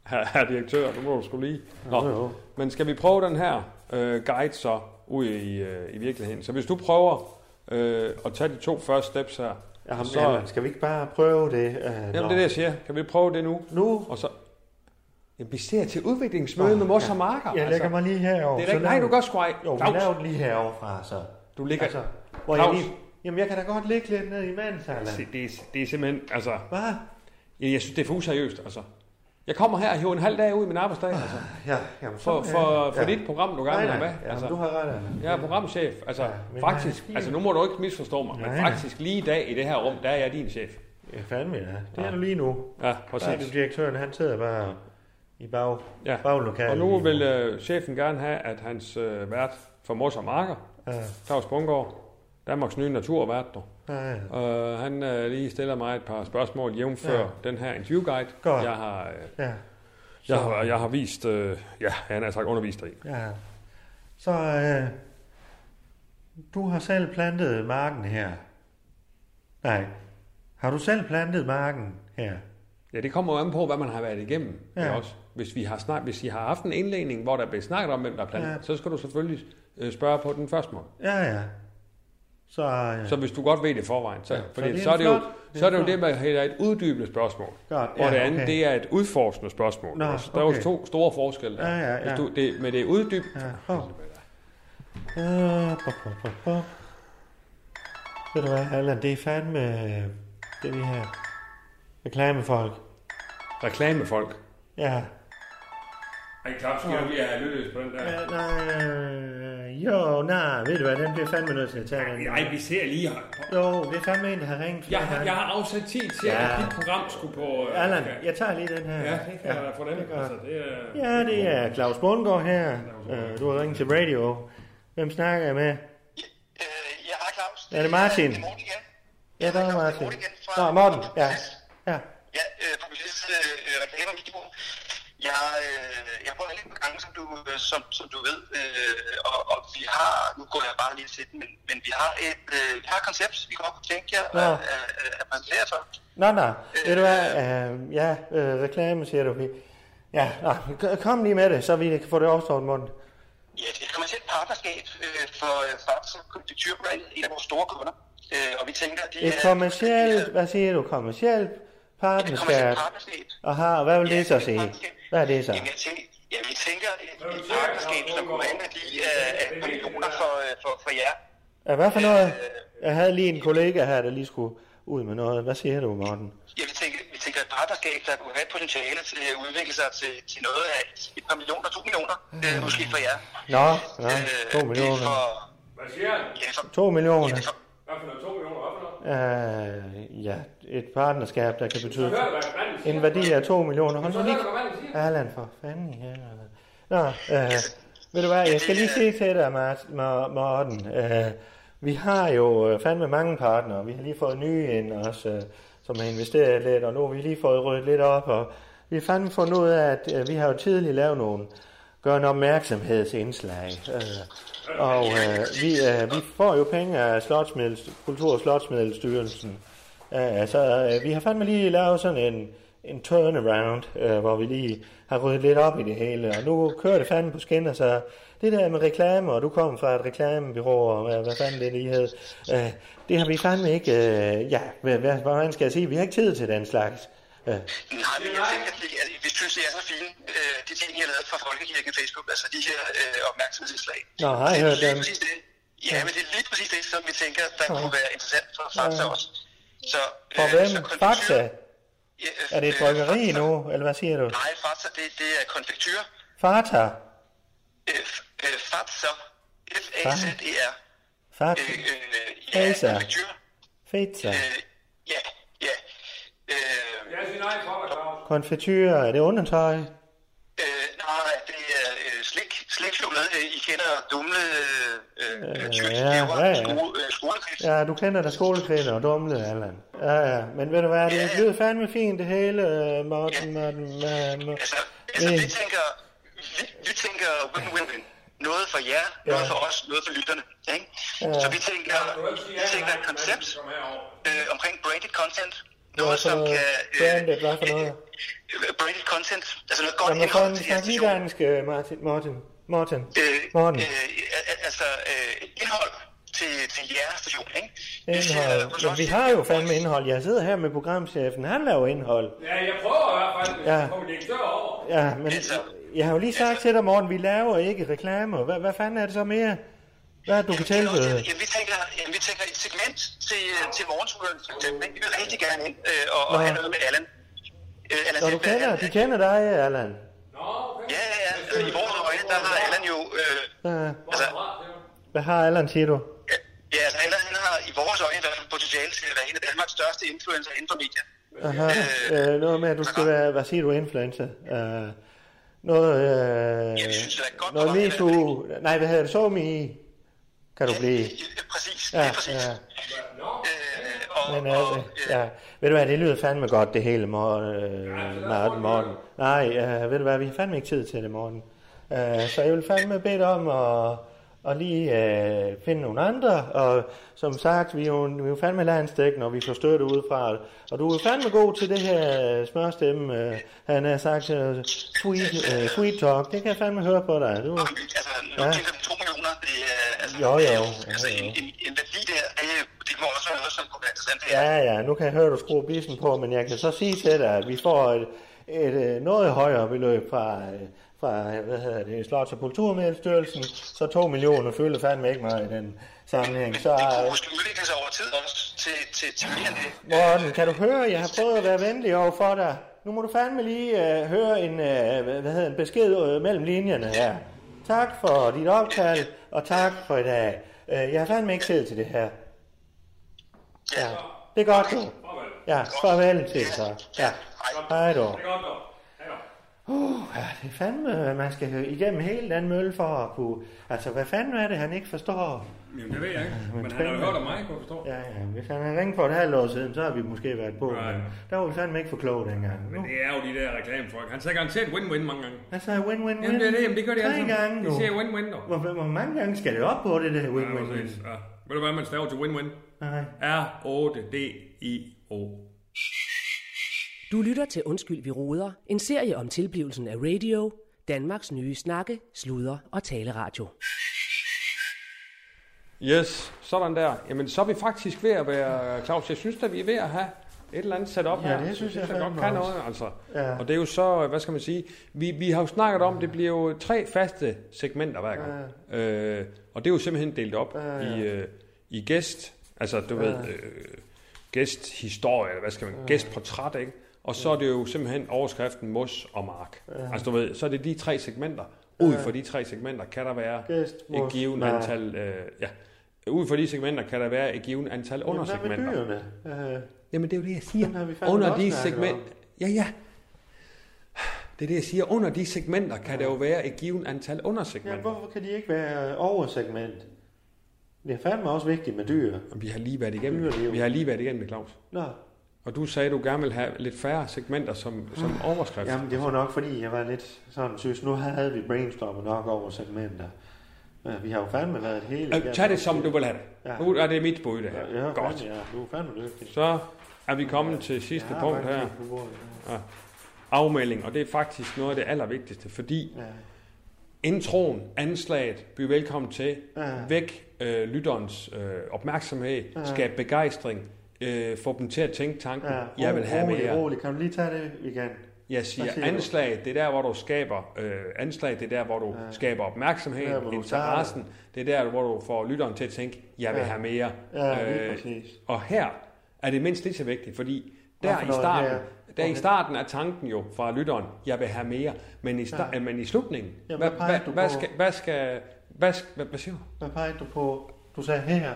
F: herre her direktør, nu må du skulle lige.
D: jo.
F: Nå,
D: jo.
F: men skal vi prøve den her øh, guide så ud i, øh, i virkeligheden? Så hvis du prøver øh, at tage de to første steps her.
D: Jamen,
F: så,
D: Allan, skal vi ikke bare prøve det? Uh,
F: jamen, det er det, jeg siger. Kan vi prøve det nu?
D: Nu?
F: Og så... Jamen, vi ser til udviklingsmødet med Mos og Marker.
D: Jeg lægger mig lige herover.
F: altså. det
D: Altså, så
F: er da ikke, nej,
D: laver-
F: du gør sgu ej.
D: Jo, vi
F: Claus,
D: laver den lige herovre fra, så.
F: du ligger...
D: Altså, hvor jeg
F: Claus.
D: lige... Jamen, jeg kan da godt ligge lidt ned i mands, Allan.
F: Se, det, er, det er simpelthen... Altså,
D: Hvad?
F: jeg, jeg synes, det er for useriøst, altså. Jeg kommer her og hiver en halv dag ud i min arbejdsdag, altså.
D: Ja, jamen, så
F: For,
D: Ah, er
F: for,
D: jeg-
F: for dit program, du gerne vil
D: Nej,
F: have
D: nej,
F: med.
D: jamen,
F: altså.
D: du har ret, Allan.
F: Jeg er programchef. Altså,
D: Ja,
F: ja,
D: men
F: faktisk,
D: nej,
F: altså nu må du ikke misforstå mig, men
D: Nej, nej.
F: faktisk lige i dag i det her rum, der er jeg din chef.
D: Ja, fandme ja. Det er
F: Ja.
D: du lige nu.
F: Ja,
D: Så du
F: præcis.
D: direktøren, han sidder bare i bag,
F: Ja.
D: baglokalet.
F: Og nu
D: lige
F: vil øh, chefen gerne have, at hans øh, vært for Mors og Marker,
D: Ja,
F: Claus Bungård, Danmarks nye naturvært, du.
D: ja, ja.
F: Øh, han øh, lige stiller mig et par spørgsmål jævnfør ja.
D: Ja.
F: den her interviewguide,
D: Godt.
F: jeg har, øh,
D: ja,
F: jeg, har, jeg har vist, øh, ja, han har sagt undervist dig i.
D: ja. Så øh, du har selv plantet marken her. Nej, har du selv plantet marken her?
F: Ja, det kommer jo an på, hvad man har været igennem.
D: Ja.
F: Ja. Også. Hvis, vi har snak, hvis I har haft en indlægning, hvor der bliver snakket om, hvem der er plantet, ja.
D: Ja.
F: så skal du selvfølgelig øh, spørge på den første måde.
D: Ja, ja. Så, øh,
F: Så hvis du godt ved det i forvejen, så, ja,
D: Ja,
F: fordi,
D: så det er
F: så, så, er det jo,
D: flot. Det er
F: så er det jo
D: flot.
F: det, man hedder et uddybende spørgsmål.
D: Godt,
F: Og
D: ja,
F: det andet,
D: okay.
F: det er et udforskende spørgsmål.
D: Nå,
F: også. Der er jo
D: okay.
F: to store forskelle. der.
D: Ja, ja,
F: Hvis
D: ja.
F: Du, det, men det er uddybt.
D: Ja. Åh. Øh, pop, pop, pop, pop. Ved du hvad, Allan, det er fandme øh, det vi her reklamefolk.
F: Reklamefolk.
D: Ja.
G: Ej, Claus, skal du lige have lyttet på den der?
D: ja nej, øh, jo, nej, ved du hvad, den bliver fandme nødt til at tage den.
G: Ej, vi ser lige her.
D: Jo, det er fandme en, der har ringet flere
G: Jeg, har-
D: gange.
G: jeg har afsat tid til, at
D: Ja.
G: dit program skulle på... øh,
D: Allan, jeg tager lige den her.
G: Ja, det kan jeg da få den.
D: det gør jeg.
G: Altså, det er...
D: Ja, det er Claus Bundgaard her. Øh, Du har ringet til radio. Hvem snakker jeg med?
E: Øh, jeg har Claus.
D: Er det Martin?
E: Det er Morten igen.
D: Ja, der er
E: Claus,
D: Martin.
E: Morten igen fra-
D: Nå, Morten, ja. Ja,
E: Ja, øh, publicist øh, reklamer og video. Jeg, øh, jeg prøver lidt på gange, som du, øh, som, som du ved, øh, og, og, vi har, nu går jeg bare lige til den, men, men vi har et, øh, vi har et koncept, vi godt kunne tænke jer
D: Ja.
E: at, at, øh, at, at præsentere for.
D: Nå, nå. Ved du hvad? Øh, ja, øh, reklame, siger du. Ja, nå, k- kom lige med det, så vi kan få det overstået, Morten.
E: Ja, det er et kommersielt partnerskab øh, for øh, Faxe Kondiktørbrandet, en af vores store kunder. Øh, og vi tænker, at de
D: Et
E: er-
D: kommercielt, hvad siger du, kommercielt
E: et kommercielt
D: partnerskab.
E: partnerskab.
D: Aha, hvad vil det så sige? Hvad er det så?
E: Jamen, jeg tænker, ja, vi tænker et, et partnerskab, som kunne være en af de øh, øh, millioner for, øh, for, for jer.
D: Ja, Hvad for
E: Øh,
D: noget? Jeg havde lige en kollega her, der lige skulle ud med noget. Hvad siger du, Morten?
E: Ja, vi tænker, vi tænker et partnerskab, der kunne have et potentiale til at udvikle sig til, til noget af et par millioner, to millioner, øh, måske for jer.
D: Nå, nå, to
E: Øh, det er For,
D: millioner.
G: Hvad siger han?
E: ja, for,
D: To
E: ja,
D: millioner.
E: det er for,
G: Hvad for noget? 2 millioner? Hvad for noget?
D: Øh, ja, et partnerskab, der kan betyde
G: Hør, hvad manden siger.
D: Mm. en værdi af 2 millioner. Hold
G: Så
D: nu
G: hør,
D: lige.
G: hvad manden siger.
D: Allan, for fanden i helvede. Nå, øh, ved du hvad, jeg skal lige sige til dig, Mart- Mor- Morten. Øh, vi har jo øh, fandme mange partnere. Vi har lige fået nye ind også, øh, som har investeret lidt, og nu har vi lige fået ryddet lidt op. Og vi har fandme fundet ud af, at øh, vi har jo tidligt lavet nogle gør en opmærksomhedsindslag. Øh, og øh, vi, øh, vi får jo penge af Slotsmiddels, Kultur- og Slotsmiddelstyrelsen. Ja, altså, øh, vi har fandme lige lavet sådan en, en turnaround, øh, hvor vi lige har ryddet lidt op i det hele, og nu kører det fandme på skinner, så det der med reklame, og du kommer fra et reklamebyrå, og hvad, hvad fanden det lige hed, øh, det har vi fandme ikke, øh, ja, hvad, hvad, hvordan skal jeg sige, vi har ikke tid til den slags. Øh,
E: nej, men jeg tænker, at det, altså, vi synes, det er så fint, øh, de ting, I har lavet fra Folkekirken Facebook, altså de her øh, opmærksomhedsindslag.
D: Nå, har I
E: Det er
D: hørt
E: lige
D: dem?
E: præcis det. Ja, men det er lige præcis det, som vi tænker, der kunne være interessant for Fakta også. Så, øh,
D: for
E: så
D: hvem?
E: konfektyr-
D: Fakta?
E: Ja, øh,
D: Er det et
E: øh,
D: bryggeri
E: Fakta-
D: nu, eller hvad siger du?
E: Nej, Fakta, det, det er konfektyr.
D: Fata?
E: Øh, f- øh, Fakta, F-A-Z-E-R.
D: Fakta?
E: Øh, øh,
D: Fakta.
E: ja, konfektyr.
D: Feta?
E: Øh, ja, ja. Øh,
G: Jeg siger nej, for dig, Claus.
D: Konfetyr? Er det undertøj?
E: øh, nej, det er øh, slik, slikchokolade. Øh, I kender dumle øh, øh, tyrkiske
D: ja, ja, ja.
E: skole, øh, skolekridt.
D: Ja, du kender da skoleklæder og dumle, Allan. Ja, ja. Men ved du hvad, det
E: Ja.
D: lyder fandme fint, det hele, øh, Morten. Morten, Morten, Morten.
E: Altså, altså
D: Øh.
E: vi tænker, vi, vi tænker win-win-win. Noget for jer, noget for os, noget for lytterne. Ikke? Så vi tænker, vi tænker et koncept øh, omkring branded content. Noget,
D: for
E: som
D: noget?
E: kan...
D: Branded, hvad for noget?
E: øh, Branded content, altså noget godt
D: Lad mig
E: indhold
D: fanden
E: til jeres
D: snakke lige
E: station.
D: dansk, øh, Martin. Morten. Morten.
E: Øh,
D: Morten.
E: øh, al- al- altså øh, indhold til, til jeres station, ikke? Vi siger, øh, hos
D: Indhold. Men
E: os-
D: vi har jo fandme indhold. Jeg sidder her med programchefen. Han laver indhold.
G: Ja, jeg prøver i hvert fald.
D: Ja.
G: Ja. Får min direktør over.
D: Ja, men
E: Altså,
D: jeg har jo lige sagt til dig, Morten, vi laver ikke reklamer. Hvad, hvad fanden er det så mere? Hvad er det, du kan
E: Jamen, det er også
D: tilbyde?
E: det. Jamen, vi tænker, jamen, vi tænker et segment til, øh, til morgenskolen, for eksempel. ikke? Vi vil rigtig gerne ind øh, og, og
D: Nå.
E: have noget med Allan. Øh, Allan
D: Når du
E: Silberg,
D: kender,
E: han-
D: de kender dig, Allan.
G: Nå, okay.
E: Ja, ja, ja. Altså, I vores øjne, der har Allan jo... Øh,
D: Ja.
E: altså,
G: Bra, det er jo-
D: Hvad har Allan, siger du?
E: ja, ja, altså, Allan han har i vores øjne i hvert fald potentiale til at være en af Danmarks største influencer inden for media.
D: Aha, øh, noget med, at du skal være, hvad siger du, influencer? Øh, noget, øh,
E: Ja, vi synes, det er godt
D: noget
E: program, i
D: me
E: hvert
D: too, nej, hvad hedder det, so me, kan du blive.
E: Ja, præcis, det
D: Ja,
E: er præcis.
D: ja,
E: Øh, og,
D: men
E: og,
D: øh,
E: øh,
D: ja, ved du hvad, det lyder fandme godt, det hele, Morten, øh, Martin, Morten. Nej, øh, ved du hvad, vi har fandme ikke tid til det, Morten. Øh, så jeg vil fandme bede dig om at, at lige øh, finde nogle andre, og som sagt, vi er jo, vi er jo fandme landstækken, når vi får støtte udefra, og du er fandme god til det her øh, smørstemme, øh, han har sagt, øh, sweet, øh, sweet talk, det kan jeg fandme høre på dig. Du,
E: Altså, nu
D: Ja.
E: ja. tænker vi to millioner, det er... Altså,
D: Jo, jo,
E: det er
D: jo,
E: Altså,
D: jo.
E: en, en, en værdi der, det, det må også være noget, som kunne være interessant. Det er-
D: Ja, ja, nu kan jeg høre, du skruer bissen på, men jeg kan så sige til dig, at vi får et, et, øh, noget højere beløb fra, øh, fra hvad hedder det, Slots- og Kulturmedstyrelsen, så 2 millioner følger fandme ikke meget i den sammenhæng. Så,
E: Det kunne
D: øh,
E: måske udvikle sig over tid også til, til, til mere end det.
D: Morten, kan du høre, jeg har prøvet at være venlig over for dig. Nu må du fandme lige øh, høre en, øh, hvad hvad hedder, en besked øh, mellem linjerne her. Tak for dit opkald, og tak for i dag. Øh, jeg har fandme ikke tid til det her.
E: Ja.
D: Det er godt, du. Ja, farvel til dig. Ja, hej du.
G: Det er godt, dog. Ja, dog.
D: Ja, det er fandme, øh, man skal høre igennem hele den mølle for at kunne... Altså, hvad fanden er det, han ikke forstår?
G: Jamen, det ved jeg ikke. Men han har jo hørt om mig, kunne jeg forstå.
D: Ja, ja, hvis han havde ringet for et halvt år siden, så har vi måske været på.
G: Nej.
D: Men der var vi fandme ikke for kloge dengang. Nu.
G: Men det er jo de der reklamefolk. Han sagde garanteret win-win mange gange.
D: Hvad sagde win-win-win?
G: Jamen, det er det. Jamen, det gør de
D: Tre
G: alle sammen.
D: gange
G: De
D: nu.
G: siger win-win, dog.
D: Hvor, hvor mange gange skal det op på, det der
G: Ja,
D: win-win-win?
G: præcis. Ja. Ved du, hvad man staver til win-win?
D: Nej.
G: R-8-D-I-O.
A: Du lytter til Undskyld, vi roder, en serie om tilblivelsen af radio, Danmarks nye snakke, sludre og taleradio.
F: Yes, sådan der. Jamen, så er vi faktisk ved at være, Claus, jeg synes da, vi er ved at have et eller andet setup
D: Ja,
F: her.
D: det synes jeg
F: der godt
D: fandme
F: kan
D: også.
F: noget, altså.
D: Ja.
F: Og det er jo så, hvad skal man sige, vi, vi har jo snakket om, det bliver jo tre faste segmenter hver gang. Øh, og det er jo simpelthen delt op i, øh, i gæst, altså du ved, øh, gæsthistorie, eller hvad skal man, gæstportræt, ikke? Og så er det jo simpelthen overskriften Mos og Mark. Altså du ved, så er det de tre segmenter. Ud for de tre segmenter kan der være
D: Gæst,
F: et
D: mos,
F: givet
D: mark.
F: antal, øh, ja, ud fra de segmenter kan der være et givet antal
D: Hvad med
F: undersegmenter.
D: dyrene? Øh,
F: Jamen det er jo det, jeg siger.
D: Den har vi fandme
F: Under
D: også
F: de
D: snakket
F: segment...
D: om.
F: Ja, ja. Det er det, jeg siger. Under de segmenter kan der jo være et givet antal
D: Jamen,
F: undersegmenter.
D: hvorfor kan de ikke være oversegment? Det er fandme også vigtigt med dyr.
F: Og Vi har lige været
D: Dyr, det er jo-
F: igennem, vi har lige været igennem med Claus.
D: Nå,
F: Og du sagde, du gerne vil have lidt færre segmenter som, som overskrift.
D: jamen det var nok, fordi jeg var lidt sådan synes, nu havde vi brainstormet nok over segmenter. Men vi har jo fandme været hele...
F: Øh, Tag det, som du vil have det.
D: Ja.
F: Nu er det mit bud, det her.
D: Ja,
F: Godt.
D: Fandme, ja, du er fandme dygtig.
F: Så er vi kommet til sidste
D: Ja,
F: punkt
D: faktisk
F: her.
D: på bordet,
F: Afmelding, og det er faktisk noget af det allervigtigste, fordi
D: Ja.
F: introen, anslaget, byg velkommen til,
D: Ja.
F: væk øh, lytterens øh, opmærksomhed,
D: Ja.
F: skab begejstring, øh, få dem til at tænke tanken,
D: Ja,
F: jeg vil have
D: rolig,
F: mere.
D: rolig. Kan du lige tage det igen?
F: Jeg
D: Hvad
F: siger
D: siger du?
F: anslag, det er der, hvor du skaber øh, anslag, det er der, hvor du
D: Ja.
F: skaber opmærksomhed,
D: Der, hvor du
F: interessen, det er der, hvor du får lytteren til at tænke, jeg vil
D: Ja.
F: have mere. Øh,
D: Ja, lige præcis.
F: og her er det mindst lige så vigtigt, fordi der
D: Hvorfor
F: i
D: noget
F: starten,
D: her?
F: der i
D: Okay.
F: starten er tanken jo fra lytteren, jeg vil have mere, men i, sta-
D: Ja.
F: men i slutningen,
D: Ja,
F: hvad,
D: hvad peger
F: hvad,
D: du
F: hvad,
D: på?
F: skal, hvad skal, hvad, skal- hvad, hvad siger du?
D: Hvad pegede du på? Du sagde her.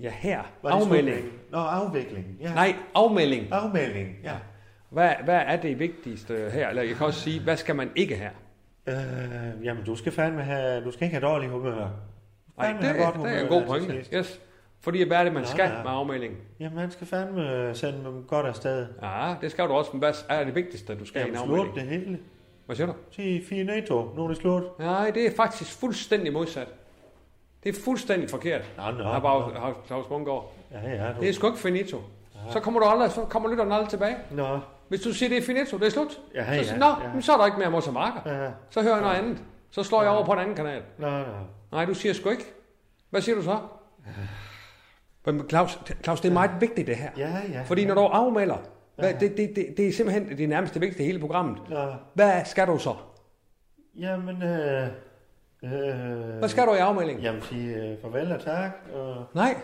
F: Ja, her.
D: Var det
F: afmelding.
D: slutningen? Nå, afvikling. Ja.
F: Nej, afmelding.
D: Afmelding, ja.
F: Hvad, hvad er det vigtigste her? Eller jeg kan også sige, hvad skal man ikke have?
D: Øh, jamen, du skal fandme have, du skal ikke have dårlig humør.
F: Nej,
D: Fandme
F: det,
D: have
F: det,
D: godt
F: det er en
D: humør
F: god
D: til
F: pointe.
D: sidst.
F: Yes. Fordi hvad er det, man
D: Nå,
F: skal
D: ja.
F: med afmelding?
D: Jamen, man skal fandme øh, sende dem godt afsted.
F: Ja, det skal du også, men hvad er det vigtigste, du skal have i
D: Jamen,
F: en
D: slut
F: afmelding?
D: det hele.
F: Hvad siger du?
D: Sig finito, nu er det slut.
F: Nej, det er faktisk fuldstændig modsat. Det er fuldstændig forkert.
D: Nå, nå,
F: Herr Bau- Herr Claus Bungård.
D: Ja, ja, du.
F: Det er sgu ikke finito. Så kommer du aldrig, så kommer lytteren aldrig tilbage.
D: Nå,
F: Hvis du siger, det er finito, det er slut.
D: Ja,
F: så,
D: ja,
F: siger, Nå,
D: ja.
F: men så er der ikke mere mos og marker.
D: Ja.
F: Så hører jeg noget andet. Så slår jeg over på en anden kanal.
D: nå, nå.
F: Nej, du siger sgu ikke. Hvad siger du så? Men Claus, Claus, det er meget vigtigt det her.
D: Ja, ja,
F: Fordi
D: ja.
F: når du afmelder, hvad, det, det, det, det er simpelthen det nærmeste vigtigste i hele programmet.
D: Nå.
F: Hvad skal du så?
D: Jamen, øh, øh,
F: Hvad skal du i afmeldingen?
D: Jamen, sige øh, farvel og tak. Og...
F: Nej,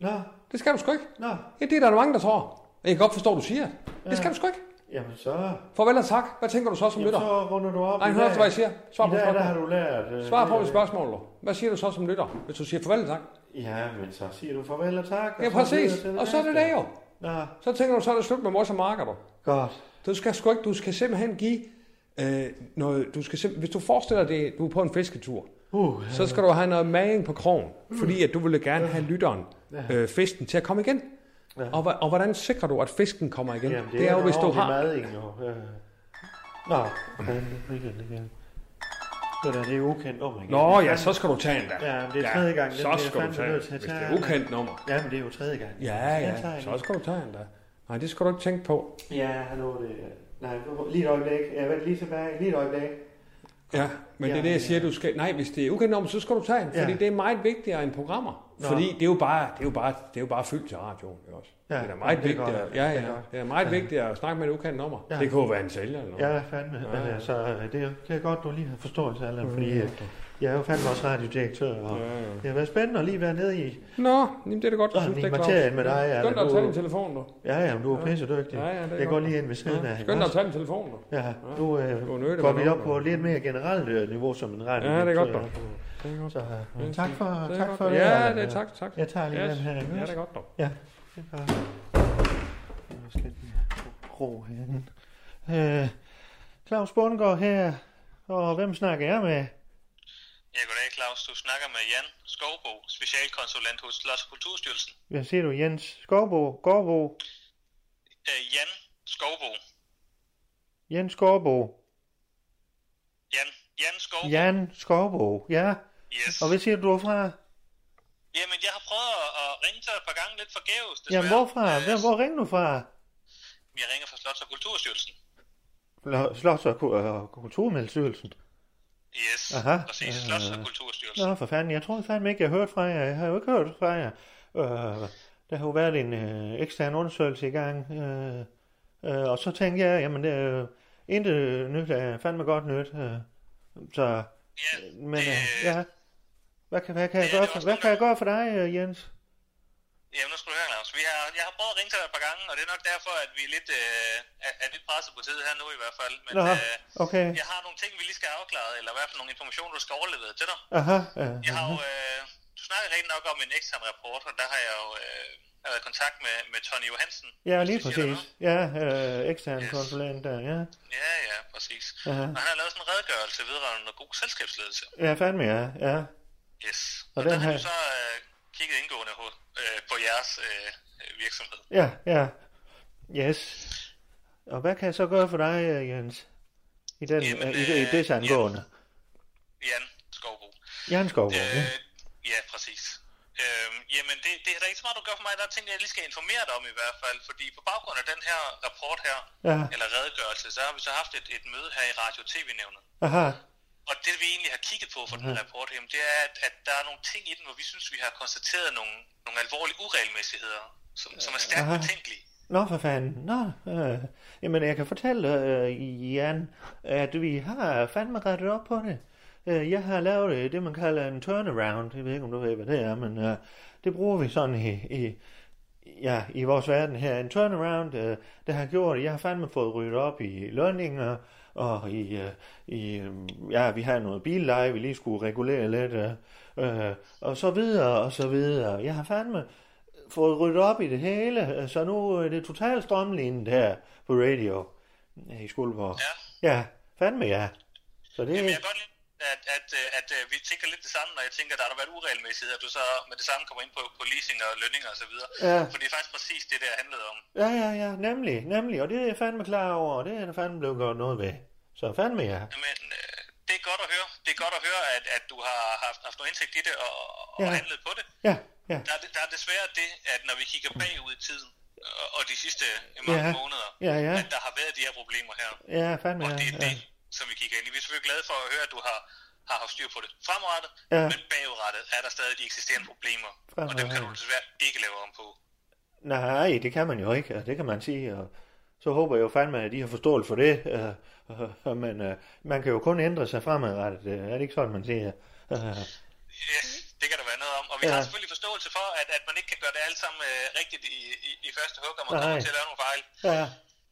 D: Nå,
F: det skal du sgu ikke.
D: nå.
F: Ja, det er der mange, der tror. Jeg kan godt forstå, du siger. Det skal du sgu ikke.
D: Jamen, så...
F: Farvel og tak. Hvad tænker du så som
D: Jamen,
F: lytter?
D: så runder du op.
F: Nej,
D: I
F: hør
D: dag-
F: efter, hvad jeg siger. Svar
D: I
F: på
D: dag,
F: spørgsmål.
D: der har du lært... øh,
F: Svar på
D: det-
F: mit spørgsmål. du. Hvad siger du så som lytter, hvis du siger farvel og tak?
D: Ja, men så siger du farvel og tak. og så
F: Ja,
D: videre
F: præcis.
D: til
F: Og så er det
D: næste.
F: det jo.
D: Nå,
F: Så tænker du, så er det slut med mors og marker, du.
D: godt.
F: Du skal sgu ikke, du skal simpelthen give øh, noget, du skal simp- hvis du forestiller dig, du er på en fisketur,
D: Uh,
F: så skal du have noget magen på krogen, fordi at du ville gerne have lytteren, øh, fisken, til at komme igen. Og, hva- og hvordan sikrer du, at fisken kommer igen?
D: jamen,
F: det, er jo, hvis du har...
D: Mad, jo. Øh. Nå, okay, nu igen, igen. Det der, det er ukendt Oh nummer igen.
F: Nå ja, så skal du tage en der.
D: Ja, men det er tredje gang, den
F: så
D: bliver
F: skal du
D: fandme
F: tage,
D: nødt til at
F: hvis det
D: tage.
F: er ukendt nummer.
D: Ja, men det er jo tredje gang.
F: Ja,
D: Jeg tager
F: ja,
D: en.
F: så skal du tage en der. Nej, det skal du ikke tænke på.
D: Ja, hallo, det er- Nej, lige et øjeblik. Jeg vent lige tilbage. Lige et øjeblik.
F: Ja, men ja, det er det, jeg siger, du skal... Nej, hvis det er ukendt norm, så skal du tage den,
D: Ja.
F: fordi det er meget vigtigere end programmer.
D: Nå.
F: Fordi det er jo bare, det er jo bare, det er jo bare fyldt til radioen, ikke også?
D: Ja,
F: det er da meget
D: det er
F: vigtigere.
D: godt.
F: ja, ja,
D: Det er
F: det er,
D: godt.
F: det er meget vigtigere at snakke med et ukendt nummer.
D: Ja.
F: Det kunne jo være en sælger eller noget.
D: Ja, fandme. Ja, ja. Men altså, det er, det er godt, du lige har forståelse, Allan, fordi øh, jeg er jo fandme også radiodirektør, og ja, ja. det har været spændende at lige være nede i.
F: Nå, jamen, det er da godt,
D: Nå,
F: du synes,
D: min
F: det er
D: materien med dig,
F: Ja,
D: ja,
F: Skynd dig
D: men
F: at
D: du-
F: tage din telefon, du.
D: Ja, ja, men du er pisse dygtig.
F: Ja, ja, det er
D: jeg går
F: godt.
D: lige ind ved siden af.
F: Skynd dig at tage din telefon, du.
D: Ja, nu øh,
F: Du er nødt til
D: går
F: at
D: vi
F: være
D: op på
F: nogen.
D: lidt mere generelt øh, niveau som en regn.
F: Ja, det er godt, dog.
D: Det er godt. Så, øh,
F: Det er
D: tak
F: fint.
D: for,
F: Det er
D: tak
F: godt.
D: for
F: Ja,
D: Allan.
F: det er tak, tak.
D: Jeg tager lige
F: Yes.
D: den her.
F: Ja, det
D: ikke
F: er
D: også?
F: godt, dog.
D: Ja, det er bare... Jeg er også lidt mere ro herinde. Øh, Claus Bundgaard her, og hvem snakker jeg med?
E: Ja, goddag Claus. Du snakker med Jan Skovbo, specialkonsulent hos Slots- og Kulturstyrelsen.
D: Hvad siger du, Jens Skovbo? Gårdbo?
E: Øh, Jan Skovbo.
D: Jens Skovbo?
E: Jan, Jan Skovbo.
D: Jan Skovbo, ja.
E: Yes.
D: Og hvad siger du, du er fra?
E: Jamen, jeg har prøvet at, at ringe til dig et par gange lidt forgæves, Øh,
D: Jamen, hvorfra? Hvem, hvor ringer du fra?
E: Jeg ringer fra Slots- og Kulturstyrelsen.
D: Lo- Slots- og Ku- og Kulturmedelsstyrelsen.
E: Yes,
D: Aha.
E: præcis.
D: Øh.
E: Slots- og Kulturstyrelsen.
D: Nå, for fanden, jeg troede fandme ikke, jeg hørte fra jer. Jeg har jo ikke hørt fra jer. Øh, der har jo været en øh, ekstern undersøgelse i gang. Øh, øh, og så tænkte jeg, jamen, det er jo intet nyt, er fandme godt nyt. Øh, så,
E: Ja,
D: men øh,
E: øh,
D: ja. Hvad kan, hvad, kan jeg
E: det er
D: gøre
E: det
D: for,
E: også
D: hvad
E: godt
D: kan jeg
E: nok.
D: gøre for dig, øh, Jens?
E: Jamen, nu skal du høre, Claus. Vi har, jeg har prøvet at ringe til dig et par gange, og det er nok derfor, at vi er lidt, øh, er, er lidt presset på tid her nu i hvert fald. Men
D: Nå,
E: øh,
D: okay.
E: jeg har nogle ting, vi lige skal afklare, eller i hvert fald nogle informationer, du skal overlevere til dig.
D: Aha, øh,
E: Jeg har jo, øh, du snakker rent nok om en ekstern rapport, og der har jeg jo øh, jeg har været i kontakt med, med Tony Johansen.
D: ja,
E: hvis
D: lige
E: det siger dig
D: præcis. Ja, øh, ekstern
E: Yes.
D: konsulent der, ja.
E: noget. Ja, ja, præcis.
D: Aha.
E: Og han har lavet sådan en redegørelse vedrørende noget god selskabsledelse.
D: Ja, fandme, ja. ja.
E: Yes.
D: Og
E: Og,
D: den
E: der har
D: her-
E: du så øh, kigget indgående på, øh, på jeres øh, øh, virksomhed.
D: Ja, ja. Yes. Og hvad kan jeg så gøre for dig, øh, Jens? I, den,
E: Jamen,
D: Jamen, i, i
E: øh,
D: det angående.
E: Jan Skovbo.
D: Jan Skovbo, ja.
E: Øh, ja, præcis. Øh, jamen, det, det er der ikke så meget, du gør for mig. Der er ting, jeg lige skal informere dig om i hvert fald. Fordi på baggrund af den her rapport her,
D: Ja.
E: eller redegørelse, så har vi så haft et, et møde her i Radio TV-nævnet.
D: Aha,
E: Og det, vi egentlig har kigget på for den her
D: Mhm.
E: rapport, jamen, det er, at, at der er nogle ting i den, hvor vi synes, vi har konstateret nogle, nogle alvorlige uregelmæssigheder, som, som er stærkt
D: Aha.
E: betænkelige.
D: nå for fanden, nå. Øh. Jamen, jeg kan fortælle, øh, Jan, at vi har fandme rettet op på det. Øh, jeg har lavet øh, det, man kalder en turnaround. Jeg ved ikke, om du ved, hvad det er, men øh, det bruger vi sådan i, i, ja, i vores verden her. En turnaround, øh, det har gjort, at jeg har fandme fået ryddet op i lønninger, og i, øh, i øh, ja, vi har noget billeje, vi lige skulle regulere lidt, øh, øh, og så videre, og så videre. Jeg har fandme fået ryddet op i det hele, øh, så nu er det totalt strømlignet her på radio øh, i Skuldborg.
E: Ja.
D: Ja, fandme ja. Så det,
E: Jamen, jeg kan godt lide, at, at, øh, at, øh, vi tænker lidt det samme, når jeg tænker, at der har der været uregelmæssigheder, at du så med det samme kommer ind på, på leasing og lønninger osv.
D: Ja.
E: For det er faktisk præcis det, der handlede om.
D: Ja, ja, ja, nemlig, nemlig, og det er jeg fandme klar over, og det er der fandme blevet gjort noget ved. Så fandme ja.
E: Men øh, det er godt at høre. Det er godt at høre, at, at du har haft, haft noget indsigt i det og, og
D: Ja.
E: ja. handlet på det.
D: Ja, ja.
E: Der er, det- der er desværre det, at når vi kigger bagud i tiden og, og de sidste øh, mange
D: Ja.
E: ja. måneder,
D: Ja, ja.
E: at der har været de her problemer her.
D: Ja, fandme
E: Og
D: ja.
E: det er
D: ja.
E: det, som vi kigger ind i. Vi er selvfølgelig glade for at høre, at du har, har haft styr på det fremadrettet,
D: Ja.
E: ja. men bagudrettet er der stadig de eksisterende problemer, og dem kan du
D: Fremadrettet.
E: desværre ikke lave om på.
D: Nej, det kan man jo ikke, og det kan man sige, og så håber jeg jo fandme, at de har forståelse for det, øh, øh, øh, men øh, man kan jo kun ændre sig fremadrettet, øh, er det ikke sådan, man siger? Øh,
E: Ja, det kan der være noget om. Og vi
D: Ja.
E: ja. har selvfølgelig forståelse for, at, at man ikke kan gøre det alt sammen øh, rigtigt i, i, i første hug, og man
D: Nej.
E: kommer til at lave nogle fejl.
D: Ja,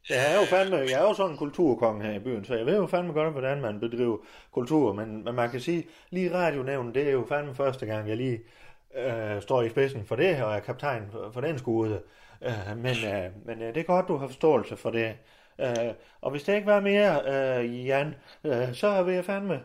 D: jeg er jo fandme, jeg er jo sådan en kulturkong her i byen, så jeg ved jo fandme godt, hvordan man bedriver kultur, men, men man kan sige, lige radionævnen, det er jo fandme første gang, jeg lige øh, står i spidsen for det, og er kaptajn for, for den skude. Øh, men øh, men øh, det er godt, du har forståelse for det. Øh, og hvis det ikke var mere, øh, Jan, øh, så vil jeg fandme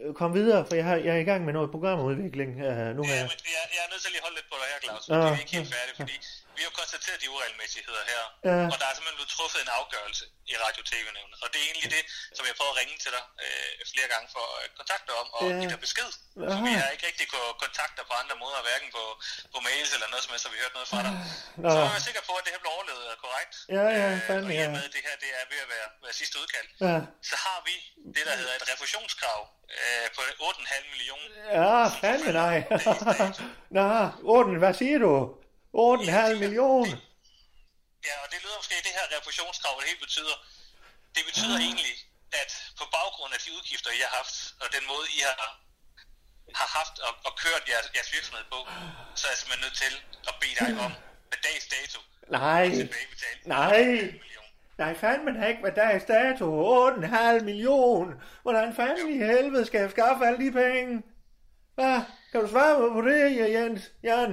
D: øh, komme videre, for jeg, har, jeg er i gang med noget programudvikling øh, nu
E: Ja,
D: her.
E: men jeg, jeg er nødt til at lige holde lidt på dig her, Claus.
D: Nå,
E: Ja. Det er ikke helt
D: ja,
E: færdigt, fordi vi vi har jo konstateret de uregelmæssigheder her,
D: Ja.
E: og der er simpelthen blevet truffet en afgørelse i Radio og TV-nævnet. Og det er egentlig det, som jeg prøvede at ringe til dig øh, flere gange for at kontakte dig om og
D: Ja.
E: give dig besked. For
D: Aha.
E: vi har ikke rigtig kunnet kontakte dig på andre måder, hverken på, på mails eller noget som helst, så vi hørt noget fra dig.
D: Nå.
E: Så er jeg sikker på, at det her blev overlevet øh, korrekt.
D: Ja, ja,
E: Øh,
D: fandme,
E: Og i og
D: ja.
E: med, at det her det er ved at være, være sidste udkald,
D: Ja.
E: så har vi det, der hedder et refusionskrav øh, på 8,5 millioner.
D: Ja, fandme nej. Nå, Orden, hvad siger du? 8,5 million.
E: Ja, og det lyder måske, at det her refusionskrav, hvad det helt betyder, det betyder egentlig, at på baggrund af de udgifter, I har haft, og den måde, I har, har haft og, og kørt jeres, jeres virksomhed på, så er jeg simpelthen nødt til at bede dig om, med dags dato,
D: Nej,
E: at tilbagebetale
D: Nej.
E: en million.
D: nej fandme da ikke, hvad der er i dato. 8,5 million. Hvordan fanden i helvede skal jeg skaffe alle de penge? Hvad? Kan du svare mig på det, ja, Jens? Jan?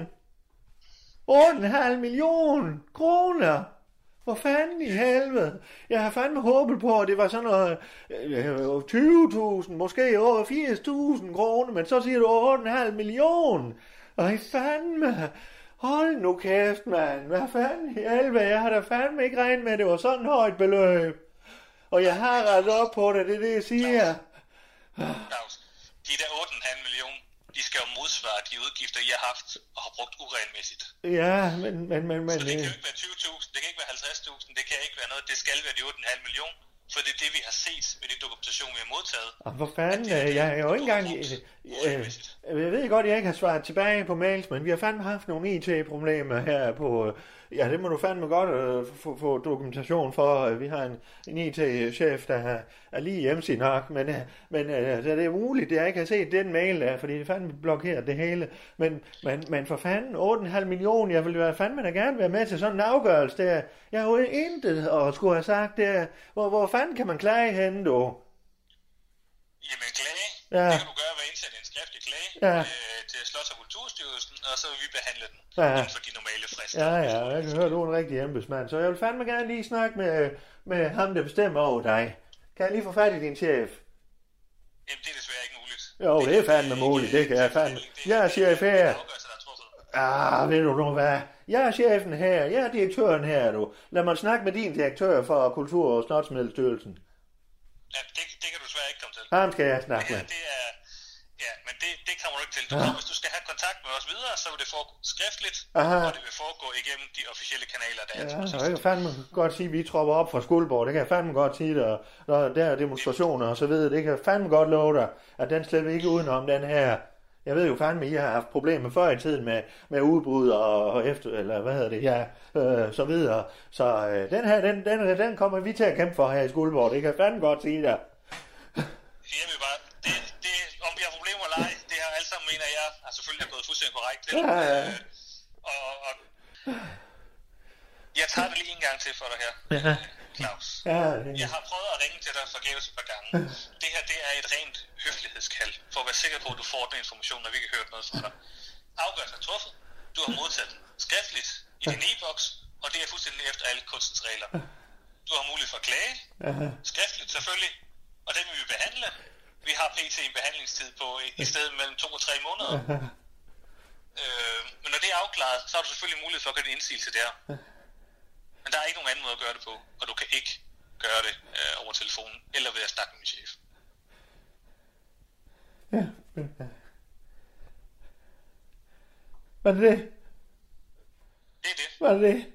D: 8,5 million kroner. Hvor fanden i helvede? Jeg har fandme håbet på, at det var sådan noget øh, 20.000, måske over 80.000 kroner, men så siger du 8,5 million. Ej, fandme. Hold nu kæft, mand. Hvad fanden i helvede? Jeg har da fandme ikke regnet med, at det var sådan højt beløb. Og jeg har rettet op på det, det er det, jeg siger.
E: Claus, de der 8,5 millioner, de skal jo modsvare de udgifter, I har haft og har brugt uregelmæssigt.
D: Ja, men, men, men, men...
E: Så det kan
D: øh,
E: jo ikke være 20.000, det kan ikke være 50.000, det kan ikke være noget, det skal være de 8,5 millioner, for det er det, vi har set med det dokumentation, vi har modtaget.
D: Og Hvor fanden, øh, jeg er jo ikke engang... øh, øh, øh, Jeg ved godt, at jeg ikke har svaret tilbage på mails, men vi har fandme haft nogle IT-problemer her på... øh, Ja, det må du fandme godt øh, få, få dokumentation for. øh, Vi har en, en IT-chef, der har- er lige hjemsi nok, men, øh, men øh, det er muligt, at jeg ikke har set den mail der, fordi det fandme blokeret det hele. Men, men, men for fanden, 8,5 millioner, jeg ville være fandme da gerne være med til sådan en afgørelse der. Jeg har jo intet at skulle have sagt der. Hvor, hvor fanden kan man klage henne, du?
E: Jamen klage,
D: Ja.
E: ja. det kan du gøre ved at indsende en skriftlig klage
D: Ja.
E: ja. øh, til Slots- og Kulturstyrelsen, og så vil vi behandle den
D: Ja.
E: ja. inden for de normale frister.
D: Ja, ja, og jeg kan høre, du er en rigtig embedsmand, så jeg vil fandme gerne lige snakke med, med ham, der bestemmer over dig. Kan jeg lige få fat i din chef?
E: Jamen, det er desværre ikke muligt.
D: Jo, det er fandme muligt, det kan jeg fandme. Jeg er chef her.
E: afgørelse, der er truffet.
D: Ah, ved du nu hvad? Jeg er chefen her, jeg er direktøren her, du. Lad mig snakke med din direktør for Kultur- og Snotsmiddelstyrelsen.
E: Ja, det, det kan du desværre ikke komme til.
D: Ham skal jeg snakke
E: Ja,
D: med.
E: det er... Ja, men det, det kommer du ikke til. Du, Hvis du skal have kontakt med os videre, så vil det foregå skriftligt,
D: Aha.
E: og det vil foregå igennem de officielle kanaler, der er
D: Ja,
E: til processen.
D: og jeg kan fandme godt sige, at vi tropper op fra Skuldborg. Det kan jeg fandme godt sige dig. Og Når der er demonstrationer og så videre, det kan jeg fandme godt love dig, at den slipper ikke udenom den her. Jeg ved jo fandme, at I har haft problemer før i tiden med, med udbrud og og efter, eller hvad hedder det, ja, øh, så videre. Så øh, den her, den, den, den kommer vi til at kæmpe for her i Skuldborg. Det kan jeg fandme godt sige dig.
E: Jeg vil bare, det, det, om vi har problemer eller ej, det har alle sammen mener jeg, har selvfølgelig er gået fuldstændig korrekt til.
D: Ja, ja.
E: Øh, Og, og, jeg tager det lige en gang til for dig her,
D: Ja.
E: Claus.
D: Ja, det,
E: Jeg har prøvet at ringe til dig forgæves et par gange. Det her, det er et rent høflighedskald, for at være sikker på, at du får den information, når vi ikke har hørt noget fra dig. Afgørelsen er truffet. Du har modtaget den skriftligt i din e-boks, og det er fuldstændig efter alle kunstens regler. Du har mulighed for at klage, skriftligt selvfølgelig, og den vil vi behandle. Vi har pt. en behandlingstid på øh, i- i stedet mellem to og tre måneder. Øh, men når det er afklaret, så har du selvfølgelig mulighed for at gøre din indsigelse der. Men der er ikke nogen anden måde at gøre det på, og du kan ikke gøre det øh, over telefonen, eller ved at snakke med min chef.
D: var det det?
E: Det er det.
D: Var det det?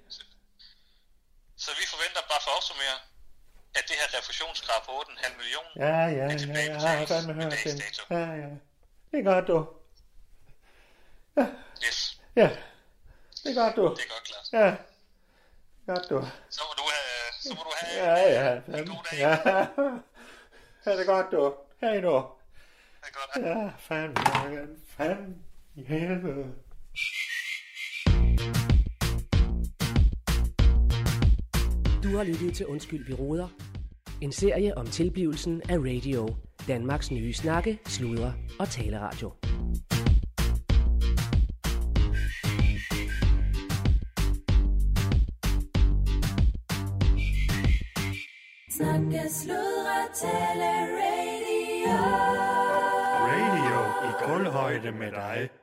E: Så vi forventer bare for at opsummere, at det her refusionskrav på 8,5 millioner,
D: Ja, ja, ja, jeg har fandme hørt det. Ja, ja. Det er godt, du.
E: yes,
D: Ja, det er godt, du.
E: det er godt klart.
D: Ja, godt, du.
E: Så må du have, så må du have
D: Ja, ja.
E: en god dag.
D: Ja. Ha' det godt, du. Hej, du.
E: Det er godt.
D: Ja, fanden, Morgan. Fanden i helvede.
A: Du har lyttet til Undskyld, vi råder. En serie om tilblivelsen af radio. Danmarks nye snakke, sludre og taleradio.
B: Snakke, sludre, tale, radio.
C: Radio i gulvhøjde med dig.